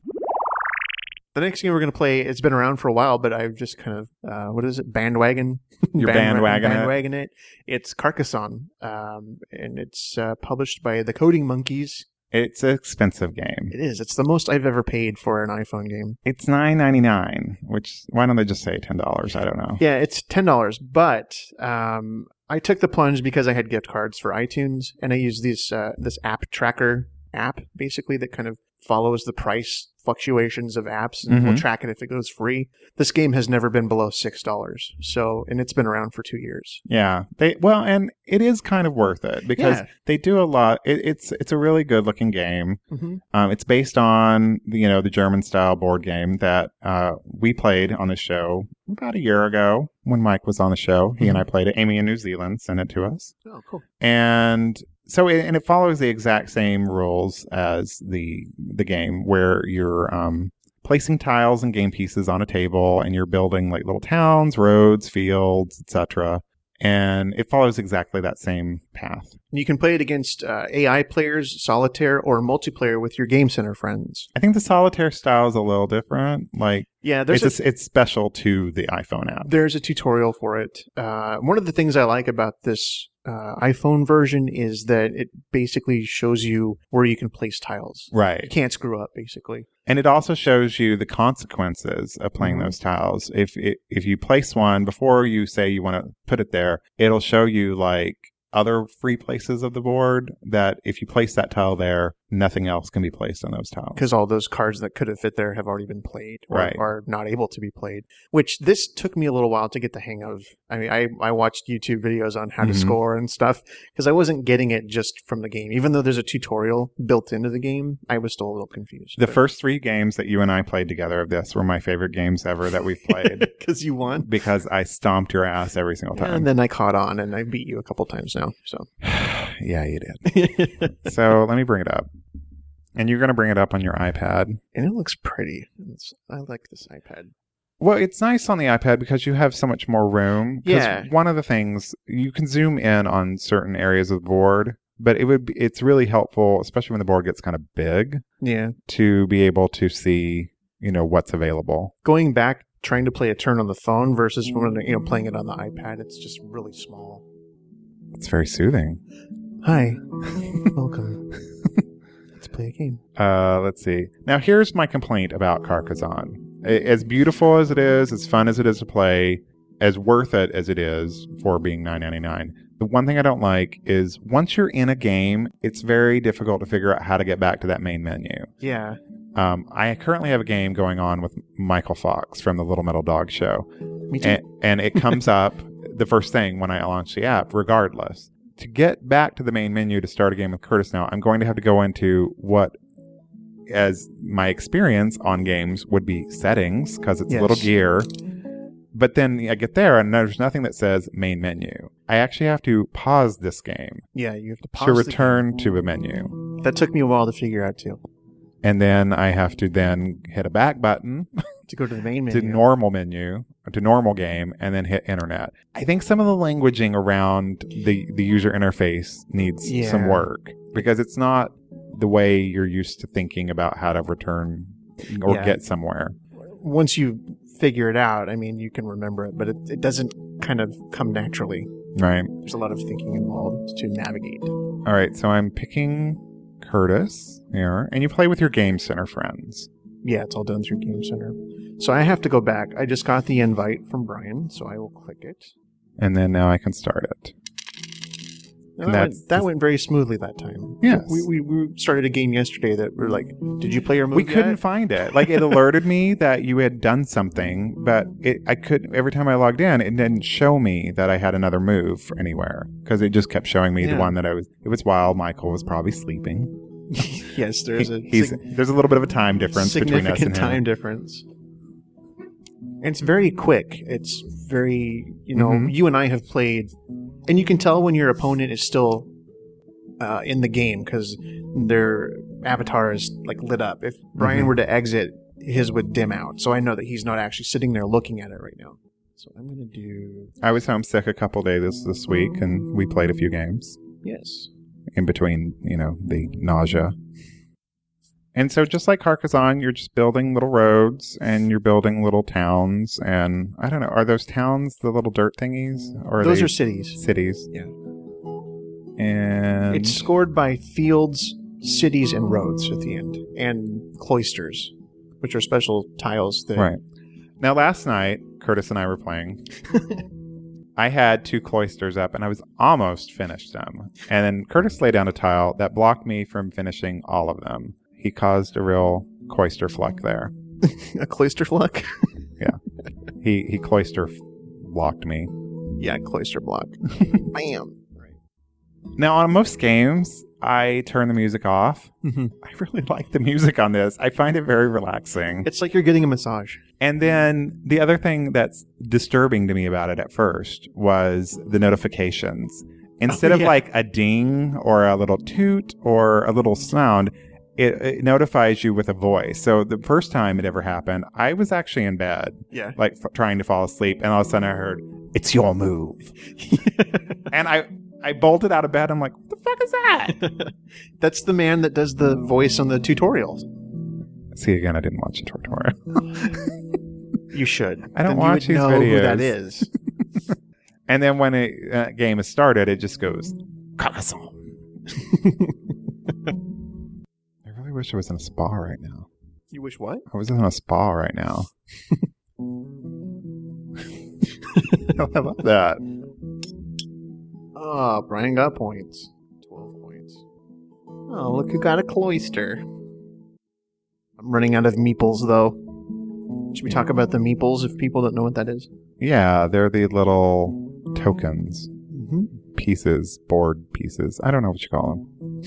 Speaker 1: The next game we're gonna play, it's been around for a while, but I've just kind of uh, what is it? Bandwagon.
Speaker 2: *laughs* You're bandwagoning it.
Speaker 1: Bandwagon it. It's Carcassonne, um, and it's uh, published by the Coding Monkeys.
Speaker 2: It's an expensive game.
Speaker 1: It is. It's the most I've ever paid for an iPhone game.
Speaker 2: It's nine ninety nine, which why don't they just say ten dollars? I don't know.
Speaker 1: Yeah, it's ten dollars, but um, I took the plunge because I had gift cards for iTunes, and I used this uh, this app tracker app basically that kind of follows the price fluctuations of apps and will
Speaker 2: Mhm.
Speaker 1: track it if it goes free. This game has never been below six dollars. So and it's been around for two years.
Speaker 2: Yeah, they well, and it is kind of worth it because
Speaker 1: Yeah.
Speaker 2: they do a lot. It, it's it's a really good looking game.
Speaker 1: Mm-hmm.
Speaker 2: Um, it's based on the, you know the German style board game that uh, we played on the show about a year ago when Mike was on the show. He and I played it. Amy in New Zealand sent it to us,
Speaker 1: Oh, cool.
Speaker 2: and so it, and it follows the exact same rules as the the game where you're um, placing tiles and game pieces on a table and you're building like little towns, roads, fields, etc. And it follows exactly that same path.
Speaker 1: You can play it against uh, AI players, solitaire, or multiplayer with your game center friends.
Speaker 2: I think the solitaire style is a little different. Like
Speaker 1: Yeah, there's
Speaker 2: it's,
Speaker 1: a,
Speaker 2: a s- it's special to the iPhone app.
Speaker 1: there's a tutorial for it. Uh, one of the things I like about this uh, iPhone version is that it basically shows you where you can place tiles. You
Speaker 2: Right.
Speaker 1: can't screw up, basically.
Speaker 2: And it also shows you the consequences of playing
Speaker 1: Mhm.
Speaker 2: those tiles. If it, if you place one before you say you want to put it there, it'll show you like other free places of the board that if you place that tile there, nothing else can be placed on those tiles.
Speaker 1: because all those cards that could have fit there have already been played or
Speaker 2: Right.
Speaker 1: are not able to be played. Which this took me a little while to get the hang of. I mean, I, I watched YouTube videos on how
Speaker 2: Mhm.
Speaker 1: to score and stuff because I wasn't getting it just from the game. Even though there's a tutorial built into the game, I was still a little confused.
Speaker 2: The first three games that you and I played together of this were my favorite games ever that we've
Speaker 1: *laughs*
Speaker 2: played
Speaker 1: because you won,
Speaker 2: because I stomped your ass every single
Speaker 1: and
Speaker 2: time.
Speaker 1: then I caught on and I beat you a couple times now. So
Speaker 2: *sighs* *laughs* yeah, you did.
Speaker 1: and
Speaker 2: so let me bring it up. And you're going to bring it up on your iPad.
Speaker 1: it looks pretty. It's, I like this iPad.
Speaker 2: Well, it's nice on the iPad because you have so much more room. 'Cause
Speaker 1: Yeah.
Speaker 2: One of the things you can zoom in on certain areas of the board, but it would be, it's really helpful, especially when the board gets kind of big,
Speaker 1: Yeah,
Speaker 2: to be able to see you know what's available.
Speaker 1: going back trying to play a turn on the phone versus when you know playing it on the iPad, it's just really small.
Speaker 2: It's very soothing.
Speaker 1: Hi. *laughs* Welcome. *laughs* Let's play a game.
Speaker 2: Uh, let's see. Now, here's my complaint about Carcassonne. A- As beautiful as it is, as fun as it is to play, as worth it as it is for being 9.99. The one thing I don't like is once you're in a game, it's very difficult to figure out how to get back to that main menu.
Speaker 1: Yeah.
Speaker 2: Um, I currently have a game going on with Michael Fox from the Little Metal Dog Show
Speaker 1: Me too.
Speaker 2: and, and it comes up the first thing when I launch the app, regardless. To get back to the main menu to start a game with Curtis now, I'm going to have to go into what, as my experience on games, would be settings, because it's
Speaker 1: Yes.
Speaker 2: little gear. But then I get there and there's nothing that says main menu. I actually have to pause this game
Speaker 1: yeah, you have to pause.
Speaker 2: to
Speaker 1: the
Speaker 2: return to a menu.
Speaker 1: game. That took me a while to figure out too.
Speaker 2: And then I have to then hit a back button
Speaker 1: To go to the main
Speaker 2: to
Speaker 1: menu.
Speaker 2: normal menu to normal game and then hit internet. I think some of the languaging around the the user interface needs
Speaker 1: Yeah.
Speaker 2: some work because it's not the way you're used to thinking about how to return or
Speaker 1: Yeah.
Speaker 2: get somewhere.
Speaker 1: Once you figure it out, I mean, you can remember it, but it, it doesn't kind of come naturally.
Speaker 2: Right.
Speaker 1: There's a lot of thinking involved to navigate.
Speaker 2: All right, so I'm picking Curtis here and you play with your game center friends.
Speaker 1: Yeah, it's all done through Game Center. So I have to go back. I just got the invite from Brian, so I will click it.
Speaker 2: And then now I can start it.
Speaker 1: No, that
Speaker 2: And that's-
Speaker 1: went, that went very smoothly that time.
Speaker 2: Yes.
Speaker 1: We, we, we started a game yesterday that we're like, did you play your move
Speaker 2: we
Speaker 1: yet?"
Speaker 2: couldn't find it. Like it
Speaker 1: *laughs*
Speaker 2: alerted me that you had done something, but it I couldn't. Every time I logged in, it didn't show me that I had another move anywhere because it just kept showing me the
Speaker 1: Yeah.
Speaker 2: one that I was. It was while Michael was probably sleeping.
Speaker 1: yes, there is a
Speaker 2: He- he's
Speaker 1: sig-
Speaker 2: there's a little bit of a time difference between
Speaker 1: significant
Speaker 2: us and
Speaker 1: time
Speaker 2: him.
Speaker 1: difference. And it's very quick. It's very you know
Speaker 2: Mhm.
Speaker 1: you and I have played, and you can tell when your opponent is still uh, in the game because their avatar is like lit up. If Brian
Speaker 2: Mhm.
Speaker 1: were to exit, his would dim out. So I know that he's not actually sitting there looking at it right now. So I'm gonna do
Speaker 2: I was homesick a couple days this, this week, and we played a few games
Speaker 1: yes.
Speaker 2: in between. You know the nausea. And so, just like Carcassonne, you're just building little roads and you're building little towns. And I don't know, are those towns the little dirt thingies? Or
Speaker 1: Those
Speaker 2: they-
Speaker 1: are cities.
Speaker 2: cities.
Speaker 1: Yeah.
Speaker 2: And
Speaker 1: It's scored by fields, cities, and roads at the end, and cloisters, which are special tiles that
Speaker 2: right. Now last night, Curtis and I were
Speaker 1: *laughs*
Speaker 2: playing. I had two cloisters up and I was almost finished them. And then Curtis laid down a tile that blocked me from finishing all of them. He caused a real cloister fluck there.
Speaker 1: *laughs* A cloister flock?
Speaker 2: He he cloister f- blocked me.
Speaker 1: yeah, cloister *laughs* block. Bam.
Speaker 2: Now on most games, I turn the music off.
Speaker 1: Mhm.
Speaker 2: *laughs* I really like the music on this. I find it very relaxing.
Speaker 1: It's like you're getting a massage.
Speaker 2: And then the other thing that's disturbing to me about it at first was the notifications. Instead
Speaker 1: Oh,
Speaker 2: of
Speaker 1: yeah.
Speaker 2: like a ding or a little toot or a little sound, it, it notifies you with a voice. So the first time it ever happened, I was actually in bed,
Speaker 1: Yeah.
Speaker 2: like f- trying to fall asleep, and all of a sudden I heard, "It's
Speaker 1: *laughs*
Speaker 2: your move," and I I bolted out of bed. I'm like, "What the fuck
Speaker 1: *laughs*
Speaker 2: is that?"
Speaker 1: That's the man that does the voice on the tutorials.
Speaker 2: See again, I didn't watch the tutorial.
Speaker 1: You should.
Speaker 2: I don't
Speaker 1: then
Speaker 2: watch
Speaker 1: you
Speaker 2: these
Speaker 1: would know who
Speaker 2: *laughs*
Speaker 1: that
Speaker 2: videos.
Speaker 1: is.
Speaker 2: And then when a uh, game is started, it just goes
Speaker 1: *laughs*
Speaker 2: Carcassonne. I really wish I was in a spa right now.
Speaker 1: You wish what?
Speaker 2: I was in a spa right now. *laughs* I love that.
Speaker 1: Ah, Brian got points. 12 points. Oh, look who got a cloister. I'm running out of meeples, though. Should we talk about the meeples if people don't know what that is?
Speaker 2: Yeah, they're the little tokens,
Speaker 1: Mm-hmm.
Speaker 2: pieces, board pieces. I don't know what you call them.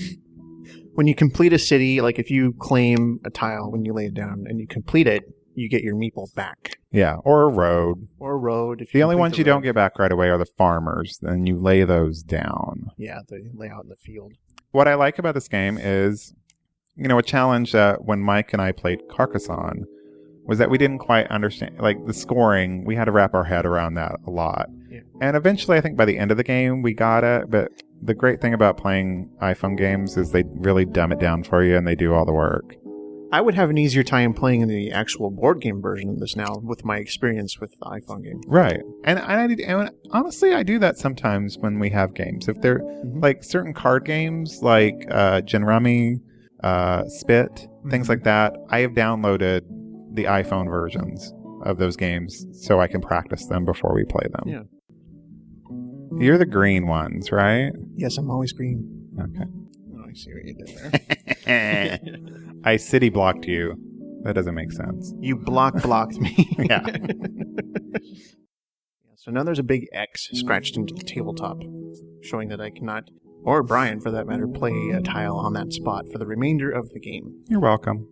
Speaker 1: When you complete a city, like if you claim a tile when you lay it down and you complete it, you get your meeple back.
Speaker 2: Yeah, or a road.
Speaker 1: Or a road. If
Speaker 2: The only
Speaker 1: complete
Speaker 2: ones you don't
Speaker 1: road.
Speaker 2: get back right away are the farmers. Then you lay those down.
Speaker 1: Yeah, they lay out in the field.
Speaker 2: what I like about this game is, you know, a challenge that when Mike and I played Carcassonne was that we didn't quite understand, like the scoring, we had to wrap our head around that a lot.
Speaker 1: Yeah.
Speaker 2: And eventually, I think by the end of the game, we got it. But the great thing about playing iPhone games is they really dumb it down for you and they do all the work.
Speaker 1: I would have an easier time playing the actual board game version of this now with my experience with the iPhone game.
Speaker 2: Right. And, and, I, did- and honestly, I do that sometimes when we have games. If they're
Speaker 1: Mhm.
Speaker 2: like certain card games like uh, Jinrami, uh, Spit, things like that, I have downloaded the iPhone versions of those games so I can practice them before we play them. Yeah. You're the green ones, right? *laughs*
Speaker 1: Yes, I'm always green.
Speaker 2: Okay.
Speaker 1: Oh, I see what you did there. *laughs*
Speaker 2: I city blocked you. That doesn't make sense.
Speaker 1: You block blocked me. *laughs*
Speaker 2: Yeah.
Speaker 1: so now there's a big X scratched into the tabletop, showing that I cannot, or Brian for that matter, play a tile on that spot for the remainder of the game.
Speaker 2: You're welcome.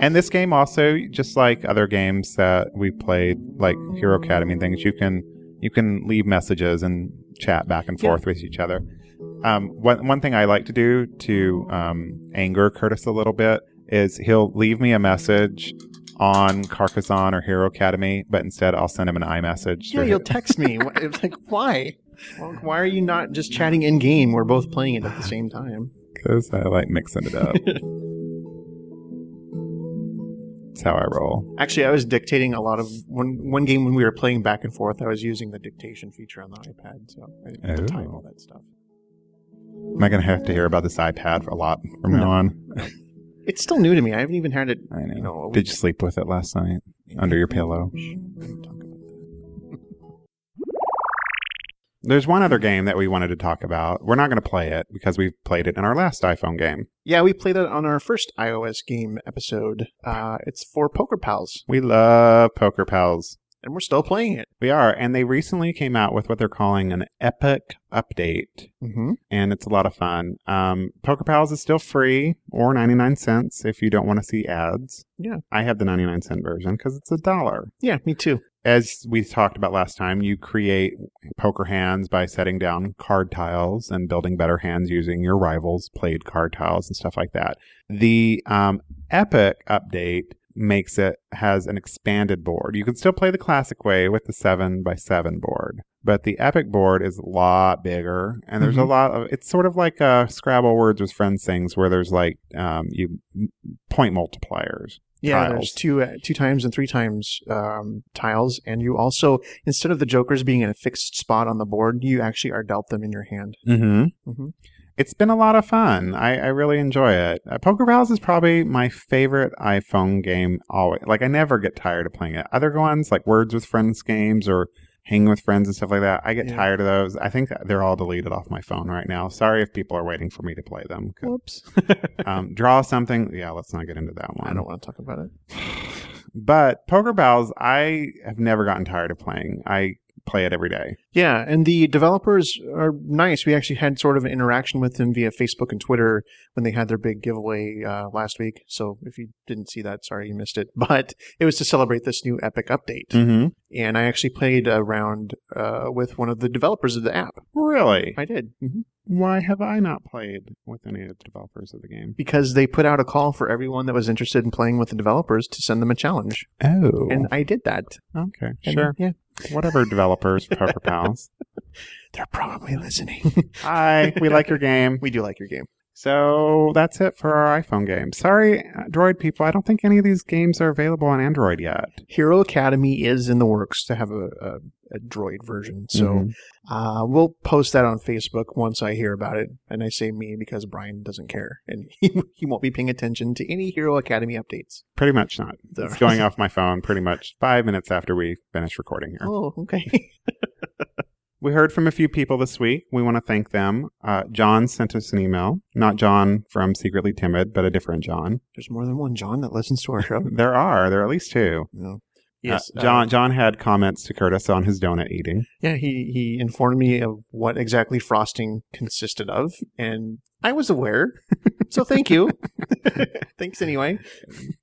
Speaker 2: And this game also, just like other games that we played, like Hero Academy and things, you can you can leave messages and chat back and
Speaker 1: Yeah.
Speaker 2: forth with each other. Um, one one thing I like to do to um, anger Curtis a little bit is he'll leave me a message on Carcassonne or Hero Academy, but instead I'll send him an iMessage.
Speaker 1: Yeah,
Speaker 2: through
Speaker 1: you'll
Speaker 2: his-
Speaker 1: text me. Wh- *laughs* it's like, why? Well, why are you not just chatting in game? We're both playing it at the same time.
Speaker 2: Because I like mixing
Speaker 1: *laughs*
Speaker 2: it up. That's how I roll.
Speaker 1: Actually, I was dictating a lot of one one game when we were playing back and forth. I was using the dictation feature on the iPad, so I didn't have to
Speaker 2: Oh.
Speaker 1: time all that stuff.
Speaker 2: Am I going to have to hear about this iPad for a lot from now
Speaker 1: No.
Speaker 2: on?
Speaker 1: It's still new to me. I haven't even had it.
Speaker 2: I know.
Speaker 1: You know, a
Speaker 2: Did you sleep with it last night under your pillow? There's one other game that we wanted to talk about. We're not going to play it because we played it in our last iPhone game.
Speaker 1: Yeah, we played it on our first iOS game episode. Uh, it's for Poker Pals,
Speaker 2: We love Poker Pals.
Speaker 1: and we're still playing it.
Speaker 2: We are, and they recently came out with what they're calling an epic update,
Speaker 1: Mm-hmm.
Speaker 2: and it's a lot of fun. Um, Poker Pals is still free or 99 cents if you don't want to see ads.
Speaker 1: Yeah.
Speaker 2: I have the 99 cent version because it's a dollar.
Speaker 1: Yeah, me too.
Speaker 2: as we talked about last time, you create poker hands by setting down card tiles and building better hands using your rivals' played card tiles and stuff like that. The um, Epic update makes it has an expanded board. You can still play the classic way with the seven by seven board, but the Epic board is a lot bigger, and there's
Speaker 1: Mhm.
Speaker 2: a lot of. It's sort of like uh, Scrabble Words with Friends things, where there's like um, you point multipliers.
Speaker 1: Yeah,
Speaker 2: Tiles.
Speaker 1: there's two uh, two times and three times um, tiles, and you also instead of the jokers being in a fixed spot on the board, you actually are dealt them in your hand.
Speaker 2: Mm-hmm.
Speaker 1: Mhm.
Speaker 2: It's been a lot of fun. I, I really enjoy it. Uh, Poker Pals is probably my favorite iPhone game. Always, like I never get tired of playing it. Other ones like Words with Friends games or hanging with friends and stuff like that. I get
Speaker 1: Yeah.
Speaker 2: tired of those. I think they're all deleted off my phone right now. Sorry if people are waiting for me to play them.
Speaker 1: *laughs* Whoops.
Speaker 2: um, draw something. Yeah, let's not get into that one.
Speaker 1: I don't want to talk about it.
Speaker 2: But Poker Pals, I have never gotten tired of playing. I play it every day.
Speaker 1: Yeah, and the developers are nice. We actually had sort of an interaction with them via Facebook and Twitter when they had their big giveaway uh, last week. So if you didn't see that, sorry you missed it. *laughs* But it was to celebrate this new Epic update.
Speaker 2: Mm-hmm.
Speaker 1: And I actually played a round uh, with one of the developers of the app.
Speaker 2: Really?
Speaker 1: I did.
Speaker 2: Why have I not played with any of the developers of the game?
Speaker 1: Because they put out a call for everyone that was interested in playing with the developers to send them a challenge.
Speaker 2: Oh,
Speaker 1: And I did that.
Speaker 2: okay,
Speaker 1: And,
Speaker 2: sure.
Speaker 1: Yeah.
Speaker 2: Whatever, developers, *laughs* Poker Pals.
Speaker 1: They're probably listening. *laughs*
Speaker 2: Hi, we like your game.
Speaker 1: we do like your game.
Speaker 2: So that's it for our iPhone game. Sorry, Droid people. I don't think any of these games are available on Android yet.
Speaker 1: Hero Academy is in the works to have a, a, a droid version. So
Speaker 2: Mhm.
Speaker 1: uh, we'll post that on Facebook once I hear about it. And I say me because Brian doesn't care and *laughs* he, he won't be paying attention to any Hero Academy updates.
Speaker 2: pretty much *laughs* not.
Speaker 1: So-
Speaker 2: It's going off my phone pretty much five minutes after we finish recording here.
Speaker 1: Oh, okay. *laughs*
Speaker 2: We heard from a few people this week. We want to thank them. Uh, John sent us an email. Not John from Secretly Timid, but a different John.
Speaker 1: There's more than one John that listens to our show. *laughs*
Speaker 2: There are. There are at least two.
Speaker 1: No.
Speaker 2: Uh,
Speaker 1: Yes, uh,
Speaker 2: John. John had comments to Curtis on his donut eating.
Speaker 1: Yeah, he he informed me of what exactly frosting consisted of, and I was aware. *laughs* so thank you. *laughs* Thanks anyway.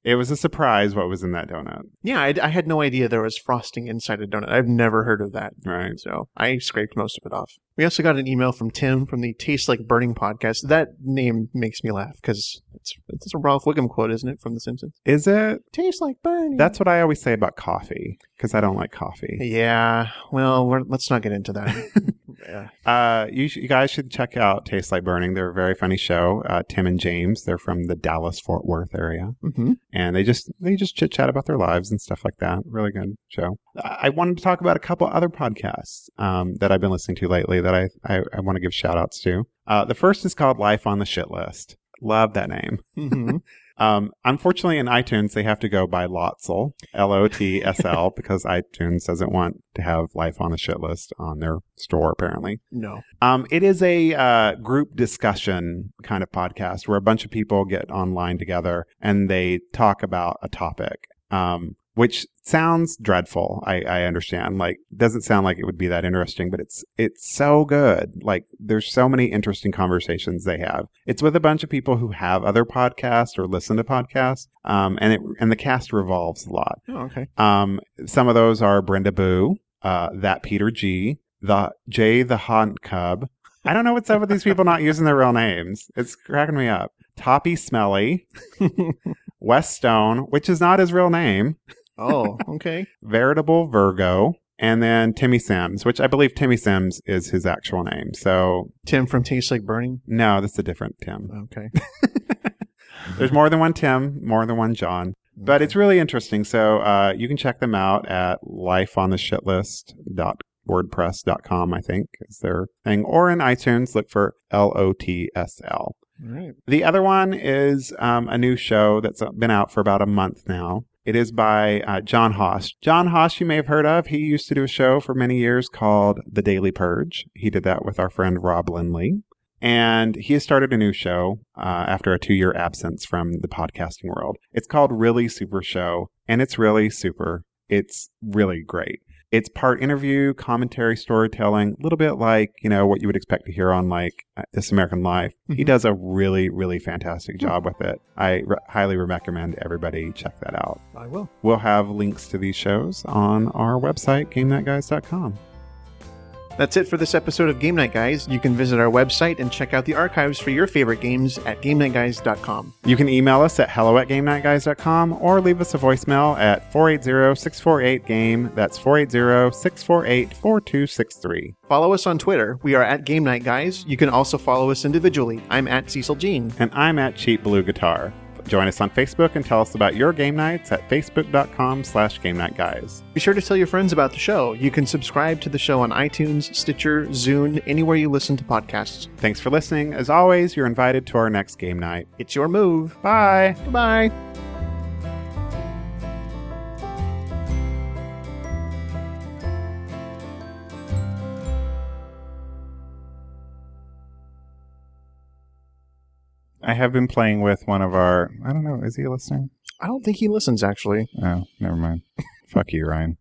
Speaker 2: It was a surprise what was in that donut,
Speaker 1: Yeah, I, I had no idea there was frosting inside a donut. I've never heard of that.
Speaker 2: right?
Speaker 1: So I scraped most of it off. We also got an email from Tim from the Taste Like Burning podcast. That name makes me laugh because it's it's a Ralph Wiggum quote, isn't it, from The Simpsons?
Speaker 2: Is it?
Speaker 1: Tastes like burning.
Speaker 2: That's what I always say about coffee because I don't like coffee.
Speaker 1: yeah. Well, we're, let's not get into *laughs* that. Yeah.
Speaker 2: Uh, you, sh- you guys should check out Taste Like Burning. They're a very funny show. Uh, Tim and James. They're from the Dallas Fort Worth area.
Speaker 1: hmm
Speaker 2: and they just they just chit chat about their lives and stuff like that. Really good show. I I wanted to talk about a couple other podcasts um, that I've been listening to lately that I I, I want to give shout outs to. Uh, the first is called Life on the Shit List. Love that name.
Speaker 1: hmm
Speaker 2: Um, unfortunately, in iTunes they have to go by Lotzel L O T S L because *laughs* iTunes doesn't want to have Life on the Shit List on their store apparently.
Speaker 1: No.
Speaker 2: Um, it is a uh, group discussion kind of podcast where a bunch of people get online together and they talk about a topic, um, which sounds dreadful. I, I understand. Like, doesn't sound like it would be that interesting, but it's it's so good. Like, there's so many interesting conversations they have. It's with a bunch of people who have other podcasts or listen to podcasts, um, and it and the cast revolves a lot.
Speaker 1: Oh, okay. *laughs*
Speaker 2: Um, some of those are Brenda Boo, uh, that Peter G, the Jay the Haunt Cub. I don't know what's up with these people not using their real names. It's cracking me up. Toppy Smelly, West Stone, which is not his real name,
Speaker 1: oh, okay.
Speaker 2: Veritable Virgo, and then Timmy Sims, which I believe Timmy Sims is his actual name. So
Speaker 1: Tim from Tastes Like Burning.
Speaker 2: no, that's a different Tim.
Speaker 1: Okay.
Speaker 2: There's more than one Tim, more than one John. But it's really interesting. So uh, you can check them out at lifeontheshitlist.wordpress.com, I think is their thing. Or in iTunes, look for L O T S L.
Speaker 1: all right.
Speaker 2: The other one is um, a new show that's been out for about a month now. It is by uh, John Hoss. John Hoss, you may have heard of. He used to do a show for many years called The Daily Purge. He did that with our friend Rob Lindley. And he has started a new show uh, after a two year absence from the podcasting world. It's called Really Super Show, and it's really super. It's really great. It's part interview, commentary, storytelling, a little bit like, you know, what you would expect to hear on like uh, This American Life. He
Speaker 1: Mhm.
Speaker 2: does a really, really fantastic job with it. I re- highly recommend everybody check that out.
Speaker 1: I will.
Speaker 2: We'll have links to these shows on our website, GameNightGuys.com.
Speaker 1: That's it for this episode of Game Night Guys. You can visit our website and check out the archives for your favorite games at GameNightGuys.com.
Speaker 2: You can email us at hello at GameNightGuys.com or leave us a voicemail at 480-648-GAME. That's 480-648-4263.
Speaker 1: Follow us on Twitter. We are at Game Night Guys. You can also follow us individually. I'm at Cecil Jean.
Speaker 2: And I'm at Cheap Blue Guitar. Join us on Facebook and tell us about your game nights at facebook.com slash game night guys.
Speaker 1: Be sure to tell your friends about the show. You can subscribe to the show on iTunes, Stitcher, Zune, anywhere you listen to podcasts.
Speaker 2: Thanks for listening. As always, you're invited to our next game night.
Speaker 1: It's your move.
Speaker 2: Bye.
Speaker 1: Goodbye.
Speaker 2: I have been playing with one of our. I don't know. Is he listening? *laughs*
Speaker 1: I don't think he listens, actually.
Speaker 2: Oh, never mind. Fuck you, Ryan.